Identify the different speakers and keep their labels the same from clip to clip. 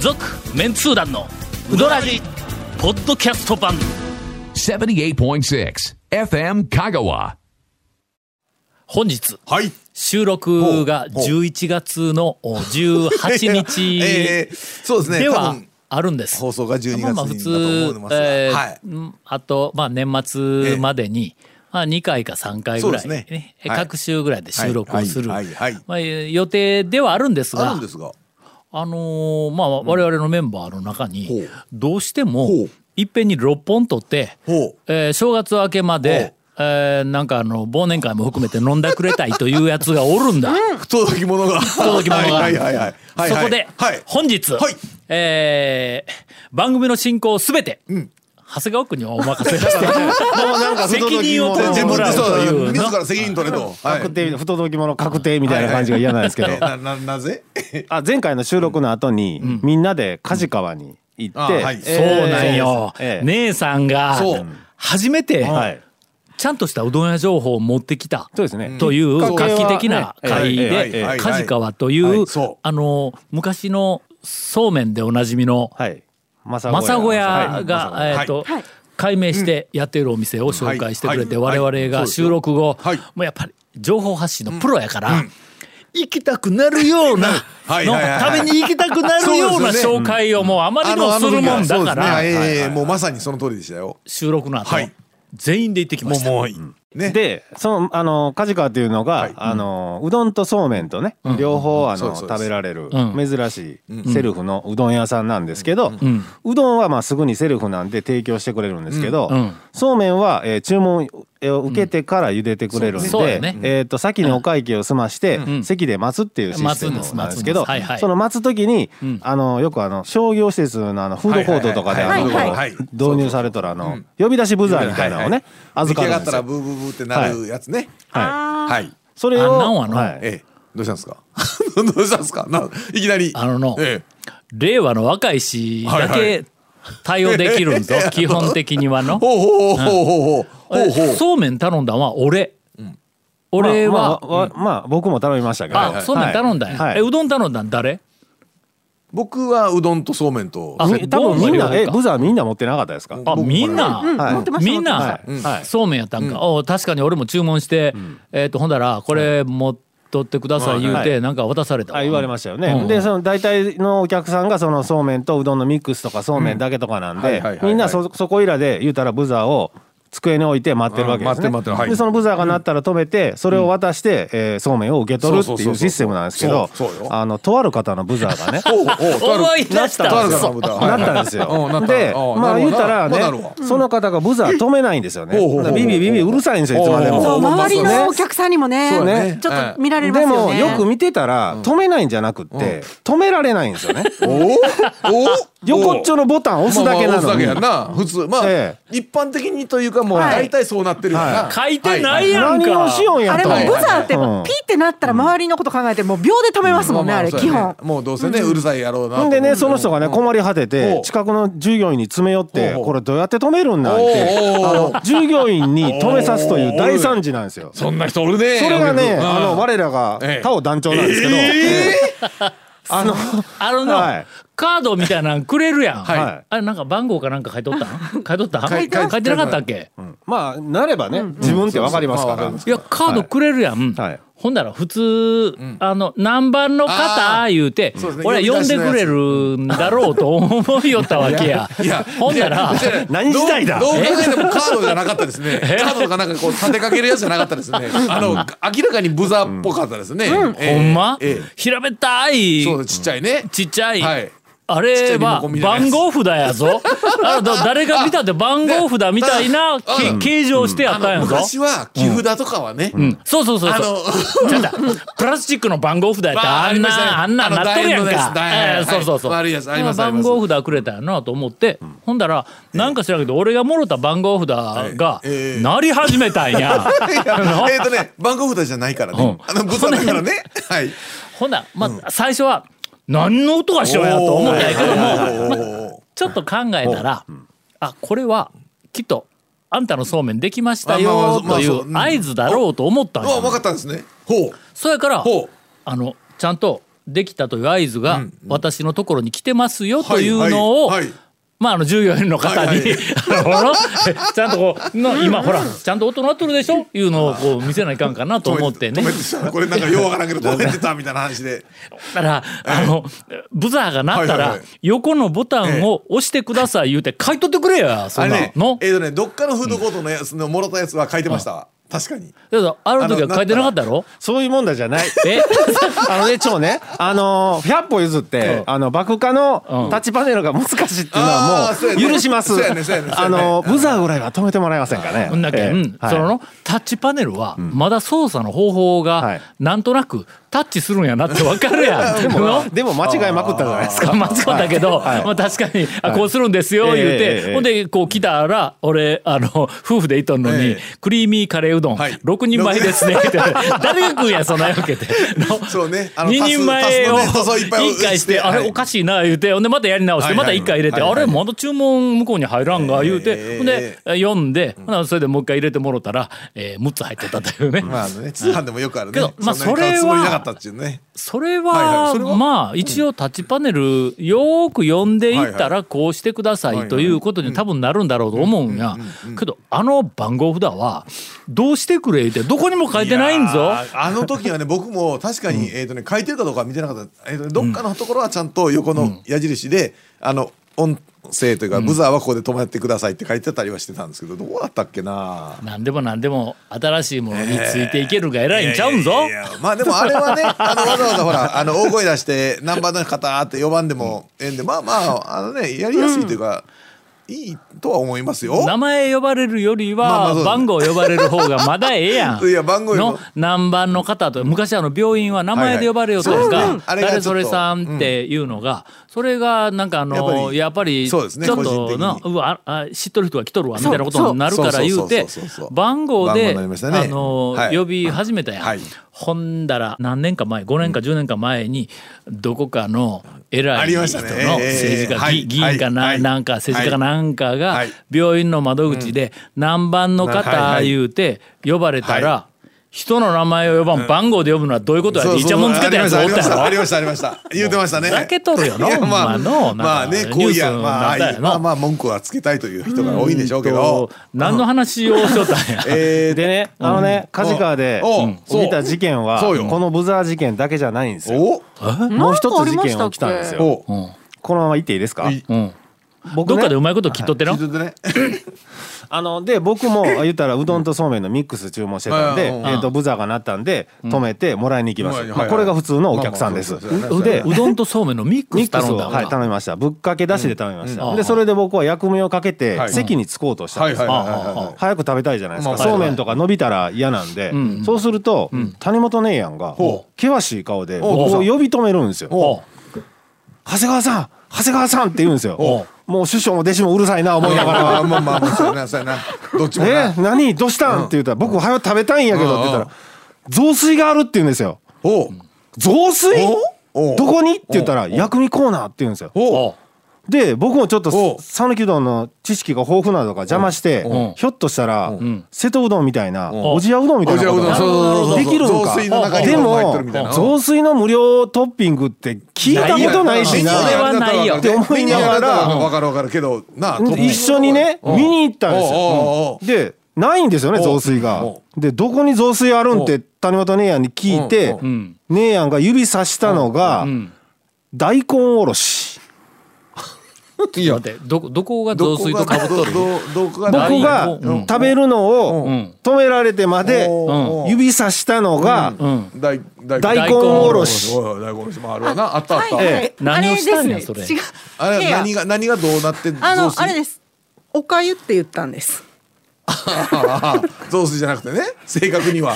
Speaker 1: 続メンツー団のウドラジポッドキャスト版
Speaker 2: 78.6 FM Kagawa.
Speaker 1: 本日
Speaker 3: はい。
Speaker 1: 収録が
Speaker 3: ほうほう
Speaker 1: 11月のお18 日
Speaker 3: ええそうですね。
Speaker 1: で
Speaker 3: 多
Speaker 1: は
Speaker 3: 分
Speaker 1: あるんです。
Speaker 3: 放送が12
Speaker 1: まあまあ
Speaker 3: 月
Speaker 1: 普
Speaker 3: に
Speaker 1: 通
Speaker 3: だと思いますが
Speaker 1: えー
Speaker 3: はい
Speaker 1: うんあとまあ年末までに、まあ2回か3回ぐらい、
Speaker 3: そうですね
Speaker 1: え
Speaker 3: はい
Speaker 1: 各週ぐらいで収録をする、
Speaker 3: はいはいはいはい
Speaker 1: まあ、えー予定ではあるんです
Speaker 3: あ
Speaker 1: が
Speaker 3: るんですが。
Speaker 1: あのーまあ我々のメンバーの中
Speaker 3: ほ
Speaker 1: に
Speaker 3: う
Speaker 1: どうしても
Speaker 3: ほう
Speaker 1: いっぺんに6本取って、
Speaker 3: ほう
Speaker 1: えー正月明けまで、えーなんかあの忘年会も含めて飲んだくれたいというやつがおるんだ。
Speaker 3: 不届き者が。不
Speaker 1: 届き者が
Speaker 3: はいはいはいはい。
Speaker 1: そこで、
Speaker 3: はい。
Speaker 1: 本日、
Speaker 3: はい
Speaker 1: えー番組の進行をすべて、長谷川君にお任せ して
Speaker 3: なんか
Speaker 1: 責任を取って
Speaker 3: 自
Speaker 1: も
Speaker 3: 分
Speaker 1: ら
Speaker 3: で
Speaker 1: う
Speaker 3: そう
Speaker 1: と
Speaker 3: だ
Speaker 1: いう
Speaker 3: 自
Speaker 1: の
Speaker 3: ら責任取れと。はい
Speaker 4: 確定不届き者確定みたいな感じが嫌なんですけど
Speaker 3: えなななぜ？
Speaker 4: あ前回の収録の後にみんなで梶川に行
Speaker 3: あ
Speaker 4: って
Speaker 3: はい
Speaker 4: えー
Speaker 1: そうなんよ、
Speaker 4: ええ
Speaker 1: 姉さんが
Speaker 3: そう
Speaker 1: 初めて、
Speaker 4: はい
Speaker 1: ちゃんとしたうどん屋情報を持ってきた
Speaker 4: そうですね
Speaker 1: という
Speaker 4: うん
Speaker 1: 画期的な会
Speaker 4: えええええ
Speaker 1: で
Speaker 4: え
Speaker 1: 梶川とい
Speaker 3: は
Speaker 1: う
Speaker 3: いそう
Speaker 1: あの昔のそうめんでおなじみの
Speaker 4: はい正
Speaker 1: マサゴ
Speaker 4: は
Speaker 1: 屋
Speaker 4: い
Speaker 1: が
Speaker 4: 正
Speaker 1: え
Speaker 3: は
Speaker 1: っ
Speaker 3: い
Speaker 1: と改名してやっているお店を紹介してくれて
Speaker 3: うんは
Speaker 1: 我
Speaker 3: い
Speaker 1: 々
Speaker 3: は
Speaker 1: が
Speaker 3: い
Speaker 1: 収録後
Speaker 3: そうですよはい
Speaker 1: もうやっぱり情報発信のプロやから行きたくなるような
Speaker 3: はいはいはい
Speaker 1: の
Speaker 3: はい
Speaker 1: 食べに行きたくなるような
Speaker 3: そうですよ
Speaker 1: 紹介をもうあまりにもするもんだから
Speaker 3: ええもうまさにその通りでしたよ。
Speaker 1: 収録の後
Speaker 3: はい
Speaker 1: 全員で行ってきま
Speaker 3: も
Speaker 1: し
Speaker 3: う
Speaker 1: た。
Speaker 3: もうね。
Speaker 4: でそのあの梶川というのが、
Speaker 3: はい
Speaker 4: あのうどんとそうめんとね、両方あ
Speaker 3: そう
Speaker 4: の
Speaker 3: ですそうです
Speaker 4: 食べられる
Speaker 1: う
Speaker 4: 珍しいセルフのうどん屋さんなんですけど、うどんはまあすぐにセルフなんで提供してくれるんですけど、
Speaker 1: うんうん
Speaker 4: そうめんは、えー注文を受けてから茹でてくれるんで、
Speaker 1: うんそうやね
Speaker 4: えー、と先にお会計を済まして、席で待つっていうシステム
Speaker 1: 待つんです
Speaker 4: なんですけど
Speaker 1: 待つんですはいはい
Speaker 4: その待つ時に、あのよくあの商業施設のあのフードコートとかで
Speaker 3: はい
Speaker 4: あの
Speaker 3: はいはいはい
Speaker 4: 導入されたらあの呼び出しブザーみたいなのをね
Speaker 3: 出来
Speaker 4: 預か
Speaker 3: 上
Speaker 4: る
Speaker 3: が
Speaker 4: ん
Speaker 3: っ
Speaker 4: で
Speaker 3: た
Speaker 4: すよ
Speaker 3: ら。ブーブーブーってなるやつね。
Speaker 4: はい、
Speaker 3: はい。
Speaker 4: それ
Speaker 1: あ
Speaker 4: を
Speaker 1: なんはの
Speaker 4: はい
Speaker 3: ええどうしたんですか？ どうしたんですか？ないきなり。
Speaker 1: あのの
Speaker 3: え
Speaker 1: 令和の若いしだ
Speaker 3: はいは
Speaker 1: け対応できるんぞ基本的にはの
Speaker 3: え。。ほうほうほうほうほうほうほう。
Speaker 1: そうめん頼んだんは俺。俺は、
Speaker 4: まあ、まあまあ僕も頼みましたけど、
Speaker 1: あ、そうめん頼んだんや、
Speaker 4: はい
Speaker 1: えうどん頼んだん誰
Speaker 3: 僕はうどんとそうめんと。
Speaker 1: あ
Speaker 4: み多分みんなえブザーみんな持ってなかったですか、
Speaker 1: あ
Speaker 3: 僕も
Speaker 1: みんな、
Speaker 4: はい
Speaker 5: 持ってました
Speaker 1: みんな、
Speaker 4: 持ってましたはい
Speaker 1: そうめんやったんか、お確かに俺も注文して、えっ、とほんだらこれ持っとってください言うて、
Speaker 4: は
Speaker 1: なんか渡されたわ
Speaker 4: あ言われましたよね、
Speaker 1: うん
Speaker 4: でその大体のお客さんがそのそうめんとうどんのミックスとかそうめんだけとかなん
Speaker 3: うんはい
Speaker 4: で
Speaker 3: はいはいはい
Speaker 4: みんなそそこいらで言うたらブザーを机に置いて待ってるわけですね、
Speaker 3: うん待ってる待ってるはい
Speaker 4: でそのブザーが鳴ったら止めてそれを渡して、えーそうめんを受け取るって
Speaker 3: そうそうそう
Speaker 4: い
Speaker 3: うそう
Speaker 4: システムなんですけど
Speaker 3: そうそうよ
Speaker 4: あのとある方のブザーが ね
Speaker 3: ほうほうとある
Speaker 1: 思い出した
Speaker 3: とある
Speaker 1: そ
Speaker 3: 方
Speaker 1: う
Speaker 3: も
Speaker 4: なったんですよ。で、まあ言うたらね、その方がブザー止めないんですよね。
Speaker 3: ほうほうほう
Speaker 4: ビビビビうるさいんですよ、いつまで
Speaker 3: ほ
Speaker 5: そう
Speaker 4: も。
Speaker 3: ほう
Speaker 5: 周り
Speaker 3: そうね
Speaker 5: のお客さんにもね
Speaker 3: そうね
Speaker 5: ちょっと見られます
Speaker 4: で
Speaker 5: よ
Speaker 4: も
Speaker 5: ね。
Speaker 4: よく見てたら止めないんじゃなくって止められないんです よね。
Speaker 3: おお
Speaker 4: 横っちょのボタン押すだけなのに。
Speaker 3: やな普通まあ、
Speaker 4: え
Speaker 3: 一般的にというかもう大体そうなってるよな、
Speaker 4: は
Speaker 1: 書いてないやんか、
Speaker 4: 何をしようんや
Speaker 5: あれ
Speaker 4: と。
Speaker 5: も
Speaker 3: はい
Speaker 5: ブザーってピ
Speaker 4: うん
Speaker 5: ーってなったら周りのこと考えてもう秒で止めますもんねあれ
Speaker 3: そう
Speaker 5: 基
Speaker 3: やね
Speaker 5: 本。
Speaker 3: もうどうせね、うるさいやろうなと
Speaker 4: ほ
Speaker 3: 思
Speaker 4: ん
Speaker 3: う
Speaker 4: でねその人がね
Speaker 3: うん
Speaker 4: 困り果て
Speaker 3: ほ
Speaker 4: て
Speaker 3: う
Speaker 4: 近くの従業員に詰め寄って
Speaker 3: ほうほう
Speaker 4: これどうやって止めるんだって
Speaker 3: おうおうおう
Speaker 4: あの従業員に止めさすという大惨事なんですよ。
Speaker 3: そんな人おるね
Speaker 4: それがね
Speaker 3: うん
Speaker 4: あの我らが
Speaker 3: ええ
Speaker 4: 他を団長なんですけど、あの
Speaker 1: あのの、
Speaker 4: はい
Speaker 1: カードみたいなのくれるやん、
Speaker 4: い
Speaker 1: あれなんか番号かなんか書いとったん書いとったん
Speaker 3: 書
Speaker 1: 書
Speaker 3: いてます
Speaker 1: いてなかったっけ
Speaker 4: まあなればね自分ってわかりますから。
Speaker 1: いやカードくれるやん、
Speaker 4: はい
Speaker 1: ほんなら普通、あの何番の
Speaker 3: あ
Speaker 1: 方
Speaker 3: ー
Speaker 1: 言うて
Speaker 3: そうですね
Speaker 1: 俺は呼んでくれるんだろうと思いよったわけや
Speaker 3: いや
Speaker 1: ほんなら
Speaker 3: いや
Speaker 4: 何時代だ
Speaker 3: どうどう考えてもカードじゃなかったですねカードとかなんかこう立てかけるやつじゃなかったですねあの明らかにブザーっぽかったですね、ええ
Speaker 1: ほんま
Speaker 3: ええ
Speaker 1: 平べったい
Speaker 3: そうちっちゃいね
Speaker 1: ちっちゃい、
Speaker 3: はい
Speaker 1: あ
Speaker 3: ちっち
Speaker 1: れ
Speaker 3: ゃいリモ
Speaker 1: は
Speaker 3: コンみたいな
Speaker 1: 番
Speaker 3: やつ
Speaker 1: 号札やぞあの誰が見たって番号札みたいなけ形状してやったんやぞ
Speaker 3: 昔は木札とかはね、
Speaker 1: そうそうそう
Speaker 3: あ
Speaker 1: そう
Speaker 3: の
Speaker 1: ちゃうちゃうプラスチックの番号札やったら
Speaker 3: まあ
Speaker 1: あんな、
Speaker 3: ありましたね
Speaker 1: あんなんなっとるやん
Speaker 3: あ
Speaker 1: か
Speaker 3: の楕円のです楕円
Speaker 1: ええそうそうそう、
Speaker 3: はい悪いやつあります
Speaker 1: だから
Speaker 3: あり
Speaker 1: 番
Speaker 3: ます
Speaker 1: 号札くれたんやなと思って、ほんだらなんか知らんけど俺がもろた番号札が
Speaker 3: ええ
Speaker 1: なり始めたん や、
Speaker 3: いや えっとね、番号札じゃないからね。あの、ブザだか らね。はい。
Speaker 1: ほんだらまあ、最初は何の音がしようやと思ったんやけども
Speaker 3: も。
Speaker 1: ちょっと考えたら、あこれはきっとあんたのそうめんできました
Speaker 3: あまあま
Speaker 1: よ
Speaker 3: あまあ
Speaker 1: とい
Speaker 3: そう
Speaker 1: う合図だろうと思ったん
Speaker 3: うわ、分か
Speaker 1: や
Speaker 3: ったんですね。ほう。
Speaker 1: それから
Speaker 3: ほう。
Speaker 1: あのちゃんとできたという合図が、私のところに来てますよという
Speaker 3: はい
Speaker 1: のを、
Speaker 3: はいはい
Speaker 1: まあ、あの従業員の方に、
Speaker 3: はい は
Speaker 1: あのちゃんとこうの今ほらちゃんと大人なってるでしょいうのをこう見せないかんかなと思ってね
Speaker 3: 止めてたこれなんかようわからんけど止めてたみたいな話で
Speaker 1: だからあのブザーが鳴った
Speaker 3: はいは
Speaker 1: ら
Speaker 3: いはい
Speaker 1: 横のボタンを押してください言うて買い取ってくれや そ
Speaker 3: あ
Speaker 1: ん
Speaker 3: れ
Speaker 1: な
Speaker 3: ね
Speaker 1: の。
Speaker 3: えっとねどっかのフードコートのやつのもろたやつは書いてましたわ確かに
Speaker 1: だからある時は書いてなかったやろ
Speaker 4: そういう問題じゃない。
Speaker 1: え
Speaker 4: あのね、超ね、あのー、100歩譲って、
Speaker 1: うん
Speaker 4: あの、爆化
Speaker 1: うん
Speaker 4: のタッチパネルが難しいっていうの
Speaker 3: あー
Speaker 4: は
Speaker 3: そうや
Speaker 4: も
Speaker 3: ね
Speaker 4: う、許します
Speaker 3: そうやねそうやね。そうや
Speaker 4: あ
Speaker 3: ね
Speaker 4: のー、ブザーぐらいは止めてもらえませんかね。
Speaker 1: ほんだけ、
Speaker 4: ええ
Speaker 1: うん
Speaker 4: はい
Speaker 1: そのタッチパネルはまだ操作の方法
Speaker 4: は
Speaker 1: が
Speaker 4: い
Speaker 1: なんとなくタッチするんやなってわかるやん。
Speaker 4: で
Speaker 1: の
Speaker 4: も、でも間違えまくったじゃないですか。
Speaker 1: まあそうだけど、
Speaker 4: はい
Speaker 1: まあ確かに、あこうするんですよ言
Speaker 4: は
Speaker 1: う
Speaker 4: い
Speaker 1: て、
Speaker 4: ええええ
Speaker 1: ほんでこう来たら俺あの夫婦でいとんのに、
Speaker 3: ええ
Speaker 1: クリーミーカレーうどん、
Speaker 3: はい
Speaker 1: 6人前ですねって誰が食うんやそんなわけで。の
Speaker 3: そうねあの
Speaker 1: 2人前を
Speaker 3: 足す足すのねそういっぱい
Speaker 1: 1回して、
Speaker 3: して
Speaker 1: あれ
Speaker 3: はい
Speaker 1: おかしいな言うて、ほんでまたやり直して、
Speaker 3: はい
Speaker 1: ま
Speaker 3: はい
Speaker 1: た1回入れて、
Speaker 3: はい
Speaker 1: あ
Speaker 3: は
Speaker 1: れ
Speaker 3: い
Speaker 1: まだ注文向こうに入らんが言う
Speaker 3: え
Speaker 1: て、
Speaker 3: え
Speaker 1: ほんで読んで、ほなそれでもう一回入れてもろたら、えー6つ入ってたというね。
Speaker 3: まああのね通販でもよくある
Speaker 1: け
Speaker 3: ね
Speaker 1: どまあ
Speaker 3: んなに買うつ
Speaker 1: そ
Speaker 3: もり
Speaker 1: れは
Speaker 3: なかったっていうね
Speaker 1: それ
Speaker 3: はいは
Speaker 1: はい
Speaker 3: それは
Speaker 1: まあ一応タッチパネルよーく読んでいった
Speaker 3: はい
Speaker 1: らこうしてくださ
Speaker 3: はいはいい
Speaker 1: ということに多分なるんだろうと思うんやけどあの番号札はどうしてくれってどこにも書いてないんぞ
Speaker 3: やーあの時はね僕も確かに、えーとね、書いてるかどうかは見てなかった、えーとね、どっかのところはちゃんと横の矢印で、あの音声というか、ブザーはここで止まってくださいって書いてたりはしてたんですけどどうだったっけな
Speaker 1: 何でも何でも新しいものについていけるが偉いんちゃうんぞ
Speaker 3: いやいやいやまあでもあ れはねあのわざわざほらあの大声出して何番の方って呼ばんでもええんでまあまああのねやりやすいというか、いいとは思いますよ。
Speaker 1: 名前呼ばれるより
Speaker 3: まあま
Speaker 1: は
Speaker 3: あそうだね
Speaker 1: 番号呼ばれる方がまだええやん。
Speaker 3: いや番号呼ぶ
Speaker 1: の何番の方と昔あの病院は名前で呼ばれようと
Speaker 3: はいはい
Speaker 1: か
Speaker 3: そうねあれがちょっ
Speaker 1: 誰
Speaker 3: と
Speaker 1: それさんっていうのがそれがなんかあの
Speaker 3: や
Speaker 1: やっぱりち
Speaker 3: そう
Speaker 1: ょ
Speaker 3: で
Speaker 1: っ
Speaker 3: すね個人
Speaker 1: と
Speaker 3: 的に
Speaker 1: なうわあ知っとる人が来とるわみたいなことになるから言うて
Speaker 3: そうそうそうそうそうそうそう
Speaker 1: 番号
Speaker 3: 番号
Speaker 1: で
Speaker 3: になりましたね
Speaker 1: あの
Speaker 3: はい
Speaker 1: 呼び始めたや
Speaker 3: は
Speaker 1: ん
Speaker 3: い。
Speaker 1: ほんだら何年か前5年か10年か前にどこかの偉
Speaker 3: あ
Speaker 1: い
Speaker 3: り
Speaker 1: 人
Speaker 3: ま
Speaker 1: の
Speaker 3: したね
Speaker 1: 政治
Speaker 3: ええ
Speaker 1: 家
Speaker 3: はい
Speaker 1: 議議員か
Speaker 3: は
Speaker 1: ないなんか政治家かなんかが
Speaker 3: はい
Speaker 1: 病院の窓口で何番の
Speaker 3: はい
Speaker 1: 方
Speaker 3: はい
Speaker 1: 言うて呼ばれた
Speaker 3: は
Speaker 1: ら人の名前を呼ばん番号で呼ぶのはどういうことや
Speaker 3: そ
Speaker 1: っ
Speaker 3: う
Speaker 1: て
Speaker 3: そ
Speaker 1: イ
Speaker 3: う
Speaker 1: チャモンつけたやつお
Speaker 3: あり
Speaker 1: っ
Speaker 3: ま
Speaker 1: た
Speaker 3: し
Speaker 1: や
Speaker 3: たあ
Speaker 1: ろ
Speaker 3: りましたありました言うてましたね
Speaker 1: ふざけとるよない
Speaker 3: やま
Speaker 1: ほ
Speaker 3: あ
Speaker 1: んまのなんか
Speaker 3: まあねこういやまあ
Speaker 1: ニュースになったよな
Speaker 3: まあまあ文句はつけたいという人が多いんでしょうけど
Speaker 1: 何の話をしとったんや
Speaker 3: えー
Speaker 4: でね、あのね、梶川で
Speaker 3: おう
Speaker 4: 起きた事件は、
Speaker 3: そうよ
Speaker 4: このブザー事件だけじゃないんですよ。
Speaker 3: お
Speaker 4: もう一つ事件起きたんですよ。
Speaker 3: お
Speaker 4: このまま言っていいですか
Speaker 3: い
Speaker 1: うん
Speaker 4: 僕
Speaker 1: どっ
Speaker 4: ね
Speaker 1: かでうまいこと切っとって
Speaker 3: 聞
Speaker 1: の
Speaker 3: いててね
Speaker 4: あので僕 も言ったらうどんとそうめんのミックス注文してたんで、
Speaker 3: うんうんうん
Speaker 4: えー、とブザーが鳴ったんで止めてもらいに行きます、
Speaker 3: うん
Speaker 4: まあ、これが普通のお客さんです、
Speaker 3: まあまあそうそうそう
Speaker 4: で
Speaker 1: うどんとそうめんのミック
Speaker 4: ミ
Speaker 1: ス
Speaker 4: ックス
Speaker 1: 頼ん
Speaker 4: を、
Speaker 1: だん
Speaker 4: はい、
Speaker 1: だ
Speaker 4: 頼みましたぶっかけだしで頼みました、
Speaker 1: うん
Speaker 4: でそれで僕は薬味をかけて
Speaker 3: はい
Speaker 4: 席に着こうとしたん
Speaker 3: はい
Speaker 4: です
Speaker 3: はいはい
Speaker 4: よ、
Speaker 3: はいはい
Speaker 4: 早く食べたいじゃないですか、
Speaker 3: まあまあ
Speaker 4: そうめんとか伸びたら嫌なんで、
Speaker 1: ん
Speaker 4: そうすると、谷本姉やんが
Speaker 3: ほ
Speaker 4: 険しい顔で僕
Speaker 3: お
Speaker 4: を呼び止めるんですよ
Speaker 1: おう
Speaker 4: 「長谷川さん長谷川さん!」って言うんですよ
Speaker 1: お
Speaker 4: もう師匠も弟子もうるさいな思いながら
Speaker 3: まあまあまあまあそうやなそうやなどっちもな
Speaker 4: え何どうしたん?」って言ったら「僕はよ食べたいんやけど」って言った
Speaker 3: う
Speaker 4: ら「雑炊がある」って言うんですよ
Speaker 3: おう
Speaker 4: 「雑炊
Speaker 3: おう
Speaker 4: どこに?」って言ったら「薬味コーナー」って言うんですよ
Speaker 3: お
Speaker 1: お
Speaker 3: う
Speaker 1: う
Speaker 4: で僕もちょっ
Speaker 3: お
Speaker 4: と讃岐うどんの知識が豊富なのか邪魔して
Speaker 1: お
Speaker 4: ひょっとしたら
Speaker 1: ん
Speaker 4: 瀬戸うどんみたいな
Speaker 1: お
Speaker 4: おじやうどんみた
Speaker 3: お
Speaker 4: いな
Speaker 3: じゃ
Speaker 4: こ
Speaker 3: う
Speaker 4: と
Speaker 3: どん
Speaker 4: が
Speaker 3: そうそうそう
Speaker 4: できるんか
Speaker 3: 雑炊の中に
Speaker 4: で
Speaker 3: うどん入っとるみたい
Speaker 4: も
Speaker 3: な
Speaker 4: 雑炊の無料トッピングって聞いたことないしな
Speaker 1: それはないよ
Speaker 4: って思いながら
Speaker 3: わかるわかるけどなあ
Speaker 4: 一緒にね見に行ったんで
Speaker 3: おうお
Speaker 4: す
Speaker 3: うお
Speaker 4: よ
Speaker 3: う
Speaker 4: でないんですよね
Speaker 3: おう
Speaker 4: 雑炊が
Speaker 3: お
Speaker 4: でどこに雑炊あるんって谷本姉やんに聞いて
Speaker 3: おう
Speaker 1: うん
Speaker 4: 姉やんが指さしたのが
Speaker 1: ん
Speaker 4: 大根おろし
Speaker 3: いや
Speaker 1: 待ってどこどこが雑炊とかぶっとる
Speaker 3: どどどこが
Speaker 4: 僕
Speaker 1: 大根
Speaker 4: が
Speaker 1: うん
Speaker 4: 食べるのを
Speaker 1: ん
Speaker 4: 止められてまで
Speaker 3: おう
Speaker 4: 指さしたのが
Speaker 1: うん
Speaker 3: 大大
Speaker 4: 大根おろし
Speaker 3: おいおい大根おろしもあるわなあったあった、
Speaker 4: い
Speaker 5: はい
Speaker 1: 何をしたんやそれ
Speaker 5: あですね違う
Speaker 3: あ
Speaker 5: い
Speaker 3: れ
Speaker 5: や
Speaker 3: 何が何がどうなって
Speaker 5: あのあれ
Speaker 3: で
Speaker 5: ですおかゆって言ったんです
Speaker 3: 雑炊じゃなくてね正確には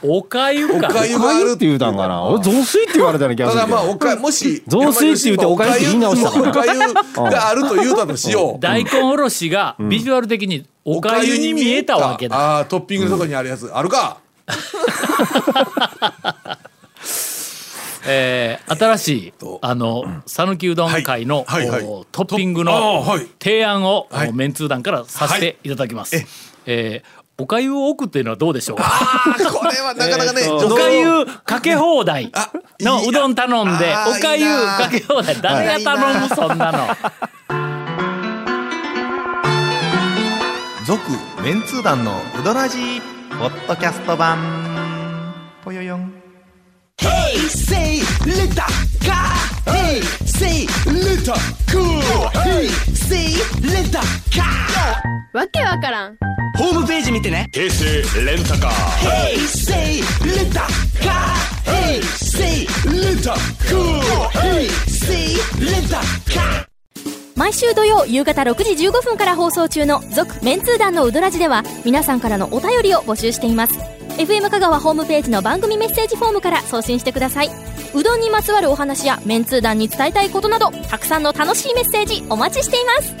Speaker 1: おかゆ
Speaker 3: お
Speaker 1: か
Speaker 3: かゆ
Speaker 4: お
Speaker 3: が
Speaker 4: か
Speaker 3: あ
Speaker 4: ゆ
Speaker 3: る
Speaker 4: って言うたんかな俺雑炊って言われたような気が
Speaker 3: ただ
Speaker 4: するけ
Speaker 3: まあお
Speaker 4: ど
Speaker 3: かもし
Speaker 4: 雑炊って言うておかゆって言い直したから
Speaker 3: おかゆがあると言うたとし よう
Speaker 1: 大根おろしがビジュアル的におかゆに見えたわけだ。
Speaker 3: ああートッピングのとこにあるやつあるか
Speaker 1: えー新しいあの讃岐うどん会の、
Speaker 3: はいはいはい
Speaker 1: おトッピング
Speaker 3: とあ
Speaker 1: の
Speaker 3: ーはい
Speaker 1: 提案を、
Speaker 3: はい
Speaker 1: おメンツー団からさせていただきます。
Speaker 3: はい
Speaker 1: えーおかゆを置くっていうのはどうでしょうか
Speaker 3: これはなかなかね、
Speaker 4: えーと
Speaker 3: 女
Speaker 1: お
Speaker 3: 性
Speaker 1: かゆかけ放題
Speaker 3: あいい
Speaker 1: のうどん頼んで
Speaker 3: あー
Speaker 1: おかゆ
Speaker 3: いいな
Speaker 1: かけ放題誰が頼むそんなの
Speaker 6: 続メンツー団のウドラジーポッドキャスト版ぽよよん
Speaker 7: わけわからん
Speaker 8: 毎週土曜夕方6時15分から放送中の「続・メンツー団のウドラジでは皆さんからのお便りを募集しています FM 香川ホームページの番組メッセージフォームから送信してくださいうどんにまつわるお話やメンツー団に伝えたいことなどたくさんの楽しいメッセージお待ちしています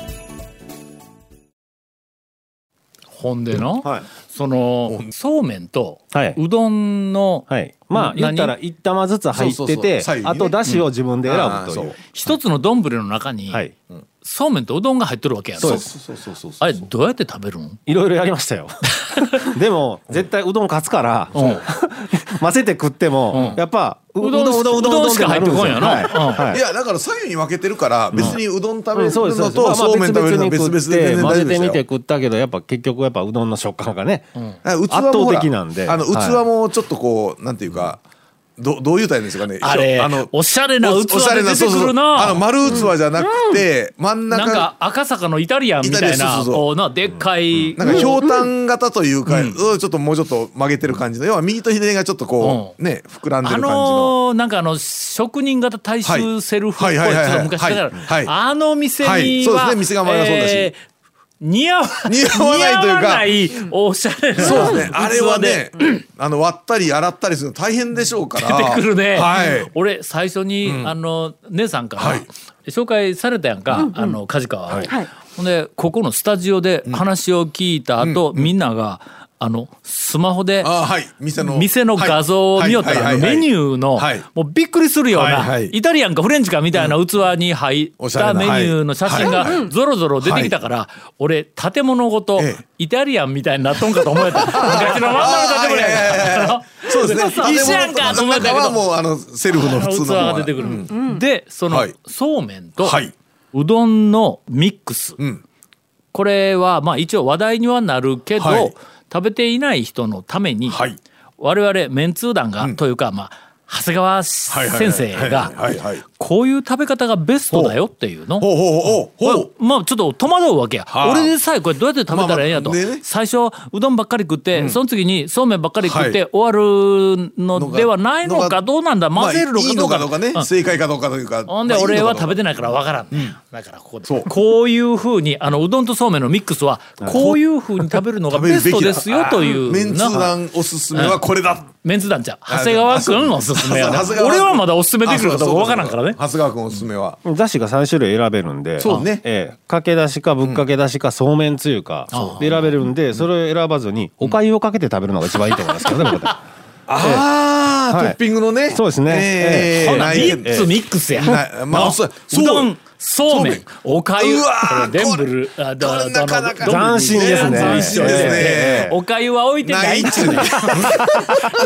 Speaker 1: ほんでの、
Speaker 4: はい
Speaker 1: そのそうめんと
Speaker 4: はいう
Speaker 1: どんの
Speaker 4: はい、まあ言ったら一玉ずつ入っ
Speaker 3: そう
Speaker 4: て
Speaker 3: そうそう
Speaker 4: て
Speaker 3: 左右ね
Speaker 4: あとだしを自分で選
Speaker 3: あ
Speaker 4: ぶ
Speaker 3: ー
Speaker 4: と
Speaker 3: そ
Speaker 4: いうう,、
Speaker 1: 一つの丼の中に、
Speaker 4: はい、
Speaker 1: そうめんとうどんが入ってるわけやろ
Speaker 4: そうです
Speaker 3: そうそうそうそ
Speaker 1: あ
Speaker 3: う
Speaker 1: れどうやって食べるん
Speaker 4: いろいろやり ましたよでも絶対うどん勝つから、
Speaker 1: うん
Speaker 4: 混ぜて食っても、
Speaker 1: うん
Speaker 4: やっぱう
Speaker 1: うどんうどんしか入ってこんやろ
Speaker 4: はいはい
Speaker 3: いやだから左右に分けてるから別にうどん食べ
Speaker 4: う
Speaker 3: る
Speaker 4: んそうです
Speaker 3: の
Speaker 4: そうで
Speaker 3: と
Speaker 4: すまあ
Speaker 3: そうめん食べるのは別々で全然
Speaker 4: 混
Speaker 3: 大丈
Speaker 4: ぜ
Speaker 3: 夫で
Speaker 4: て
Speaker 3: す
Speaker 4: み
Speaker 3: よ
Speaker 4: て食ったけどやっぱ結局やっぱうどんの食感がね、
Speaker 3: あ器も
Speaker 4: 圧倒
Speaker 3: ほら
Speaker 4: 的なんで
Speaker 3: あの
Speaker 4: はい
Speaker 3: 器もちょっとこうなんていうかどどういうタイプですかね
Speaker 1: あれ
Speaker 3: あの
Speaker 1: おしゃれな器
Speaker 3: おおしゃれな
Speaker 1: で出てくるな
Speaker 3: そうそうそうあの丸器じゃなくて真ん
Speaker 1: なん
Speaker 3: 中
Speaker 1: か赤坂のイタリアンみた
Speaker 3: イタ
Speaker 1: い
Speaker 3: リアン
Speaker 1: な
Speaker 3: そうそうそう
Speaker 1: こうなでっかい
Speaker 3: なんかひょうたん型というか、うんちょっともうちょっと曲げてる感じの要は右と左がちょっとこう、
Speaker 1: うん
Speaker 3: ね膨らんで
Speaker 1: あ
Speaker 3: る感じの、
Speaker 1: のーなんかあの職人型大衆セルフっぽい
Speaker 3: はいはいはい
Speaker 1: ち
Speaker 3: はい
Speaker 1: ょっと昔だから、
Speaker 3: はいはい
Speaker 1: あの店には、
Speaker 3: はいそうですね店構えはそうだし
Speaker 1: ー似合わ
Speaker 3: 似合わないとい
Speaker 1: 似合
Speaker 3: うか
Speaker 1: わないおしゃれな
Speaker 3: そうですねあれはね
Speaker 1: 器で
Speaker 3: あの割ったり洗ったりするの大変でしょうから
Speaker 1: 出てくるね、
Speaker 3: はい
Speaker 1: 俺最初に、あの姉さんから、
Speaker 3: はい
Speaker 1: 紹介されたやんか、あの梶川を、
Speaker 5: はい
Speaker 1: ほんでここのスタジオで話を聞いた後、みんながあのスマホで
Speaker 3: あーはい店の
Speaker 1: 店の画像を見よったらあのメニ
Speaker 3: ー
Speaker 1: ューの
Speaker 3: はい
Speaker 1: もうびっくりするよう
Speaker 3: はいは
Speaker 1: ないイタリアンかフレンチかみたいな器に入っ
Speaker 3: おしゃ
Speaker 1: た
Speaker 3: れな
Speaker 1: メニューの写真
Speaker 3: はいは
Speaker 1: がゾロゾロ出てきたから俺建物ごと
Speaker 3: ええ
Speaker 1: イタリアンみたいになっとんかと思 えた昔のまんまの建物
Speaker 3: いやいやい
Speaker 1: や
Speaker 3: やい
Speaker 1: から
Speaker 3: やそうですね
Speaker 1: そうそう一緒やんかと思ったけど
Speaker 3: 中はもうあのセルフの普通
Speaker 1: 器
Speaker 3: の
Speaker 1: が出てくる、でその
Speaker 3: はい
Speaker 1: そうめんと
Speaker 3: はいう
Speaker 1: どんのミックス、
Speaker 3: ん
Speaker 1: これはまあ一応話題にはなるけど、
Speaker 3: はい
Speaker 1: 食べていない人のために、
Speaker 3: はい
Speaker 1: 我々メンツー団が、というかまあ長谷川
Speaker 3: はいはい
Speaker 1: 先生
Speaker 3: はいはいは
Speaker 1: が
Speaker 3: いはい
Speaker 1: こういう食べ方がベストだよっていうの
Speaker 3: ほうほうほうほう
Speaker 1: まあちょっと戸惑うわけや、
Speaker 3: はあ
Speaker 1: 俺でさえこれどうやって食べたらええんやと、
Speaker 3: まあまあね
Speaker 1: 最初うどんばっかり食って、その次にそうめんばっかり食って終わるのではないの
Speaker 3: の
Speaker 1: か
Speaker 3: が
Speaker 1: どうなんだ
Speaker 3: まあ
Speaker 1: 混ぜるのか
Speaker 3: いい
Speaker 1: どう
Speaker 3: の
Speaker 1: か,、
Speaker 3: かどうかね
Speaker 1: うん
Speaker 3: 正解かどうかというか
Speaker 1: ほんで
Speaker 3: まあ
Speaker 1: 俺は食べ
Speaker 3: い
Speaker 1: て
Speaker 3: いのかどうか
Speaker 1: ないからわからん、だからここで
Speaker 3: そう
Speaker 1: こういうふうにあのうどんとそうめんのミックスはこういうふうに食べるのが
Speaker 3: 食べ
Speaker 1: ベ
Speaker 3: る
Speaker 1: ス
Speaker 3: べきだ
Speaker 1: トですよという
Speaker 3: メンツ
Speaker 1: な
Speaker 3: 団おすすめはこれだ
Speaker 1: メンツ団じゃう
Speaker 3: あ
Speaker 1: 長谷川君のおすすめやな
Speaker 3: あそう長谷川
Speaker 1: 俺はまだおすすめできるかどうかわからんから
Speaker 3: あ
Speaker 1: ね
Speaker 3: そうそうそう長谷川君おすすめは
Speaker 4: だしが3種類選べるんで
Speaker 3: そうね
Speaker 4: ええかけだしかぶっかけだしかそうめんつゆかで選べるんでそれを選ばずにおかゆをかけて食べるのが一番いいと思いますけどね僕は
Speaker 3: ああ
Speaker 4: はい
Speaker 3: トッピングのね
Speaker 4: そうですね
Speaker 3: え
Speaker 4: え
Speaker 3: ー
Speaker 1: ほんなら
Speaker 3: ない
Speaker 1: 3つミックスや
Speaker 3: ないまあ
Speaker 1: な
Speaker 3: そう
Speaker 1: うどんそうめ
Speaker 3: そ
Speaker 1: ん
Speaker 3: う
Speaker 1: おかゆ
Speaker 3: うわー
Speaker 1: これデンブルあ
Speaker 3: こ
Speaker 1: だ
Speaker 3: れ
Speaker 1: だ
Speaker 3: なかなか
Speaker 1: どんぶり
Speaker 4: 斬新ですね
Speaker 1: 斬新ですね
Speaker 3: ええ
Speaker 1: おかゆは置いてな
Speaker 3: ない
Speaker 1: い
Speaker 3: っちゅうね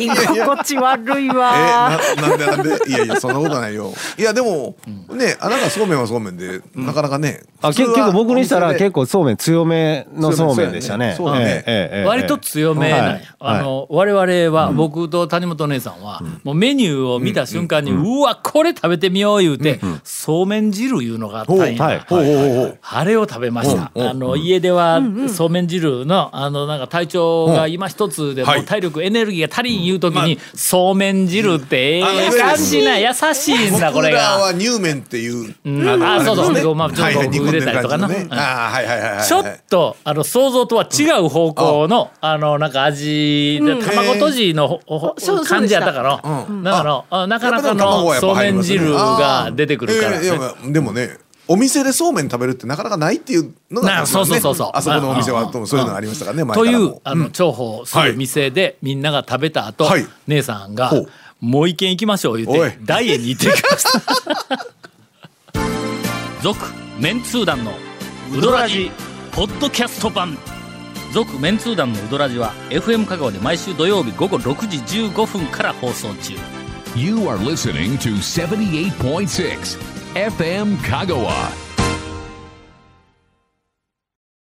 Speaker 5: 居心地悪い
Speaker 3: え
Speaker 5: わ
Speaker 3: ななんでなんでいやいやそんなことないよいやでもねあなんかそうめんはそうめんでなかなかね
Speaker 4: あ
Speaker 3: 普通
Speaker 4: 結
Speaker 3: は
Speaker 4: 結構僕にしたら
Speaker 3: お店で
Speaker 4: 結構そうめん強めのそうめんでしたね
Speaker 3: そうだね
Speaker 4: ええええええ
Speaker 1: 割と強めなんや、あの我々は僕と谷本姉さんはもうメニューを見た瞬間に、うわこれ食べてみよう言うて、そうめん汁いうのがあったんや、
Speaker 4: はい
Speaker 3: ほうほうほうほう
Speaker 1: あれを食べました、
Speaker 3: うんうん
Speaker 1: あの家ではそうめん汁のあのなんか体調が今一つでも
Speaker 3: は
Speaker 1: う
Speaker 3: い
Speaker 1: 体力エネルギーが足りんいう時にそうめん汁ってえ
Speaker 3: あの
Speaker 1: え感じな優しいんだこれ
Speaker 3: 僕ら
Speaker 1: が。
Speaker 3: は乳麺っていう
Speaker 1: うんあそうそうそうまあちょっとこう
Speaker 3: 煮込
Speaker 1: 茹
Speaker 3: んで
Speaker 1: で
Speaker 3: る
Speaker 1: たりとかな、
Speaker 3: 感じのねあーはいはいはいはいはい
Speaker 1: ちょっとあの想像とは違う方向の、あのなんか味で卵とじのほほ
Speaker 5: そうそうでした
Speaker 1: 感じやったから、
Speaker 3: うん
Speaker 1: だからあなかなか
Speaker 3: やっぱでも卵
Speaker 1: の
Speaker 3: はやっ
Speaker 1: そ
Speaker 3: ぱ
Speaker 1: うめ
Speaker 3: 入り
Speaker 1: ん
Speaker 3: ますね
Speaker 1: 汁が出てくるから、
Speaker 3: あ
Speaker 1: ね
Speaker 3: ーいやいやでもねお店でそうめん食べるってなかなかないっていうのが、
Speaker 1: なあそうそうそうそう
Speaker 3: あそこのお店
Speaker 1: うん
Speaker 3: は
Speaker 1: うん
Speaker 3: ともそういうのがありましたからね前
Speaker 1: と
Speaker 3: から
Speaker 1: い
Speaker 3: も
Speaker 1: うあの重宝する店でみんなが食べた後、
Speaker 3: はい
Speaker 1: 姉さんが
Speaker 3: ほう
Speaker 1: 「もう一軒行きましょう」言
Speaker 3: お
Speaker 1: う
Speaker 3: い
Speaker 1: て大栄に行ってきました 「続・メンツー団のウドラジポッドキャスト版」続メンツー団のウドラジは FM 香川で毎週土曜日午後6時15分から放送中
Speaker 2: You are listening to 78.6 FM Kagawa.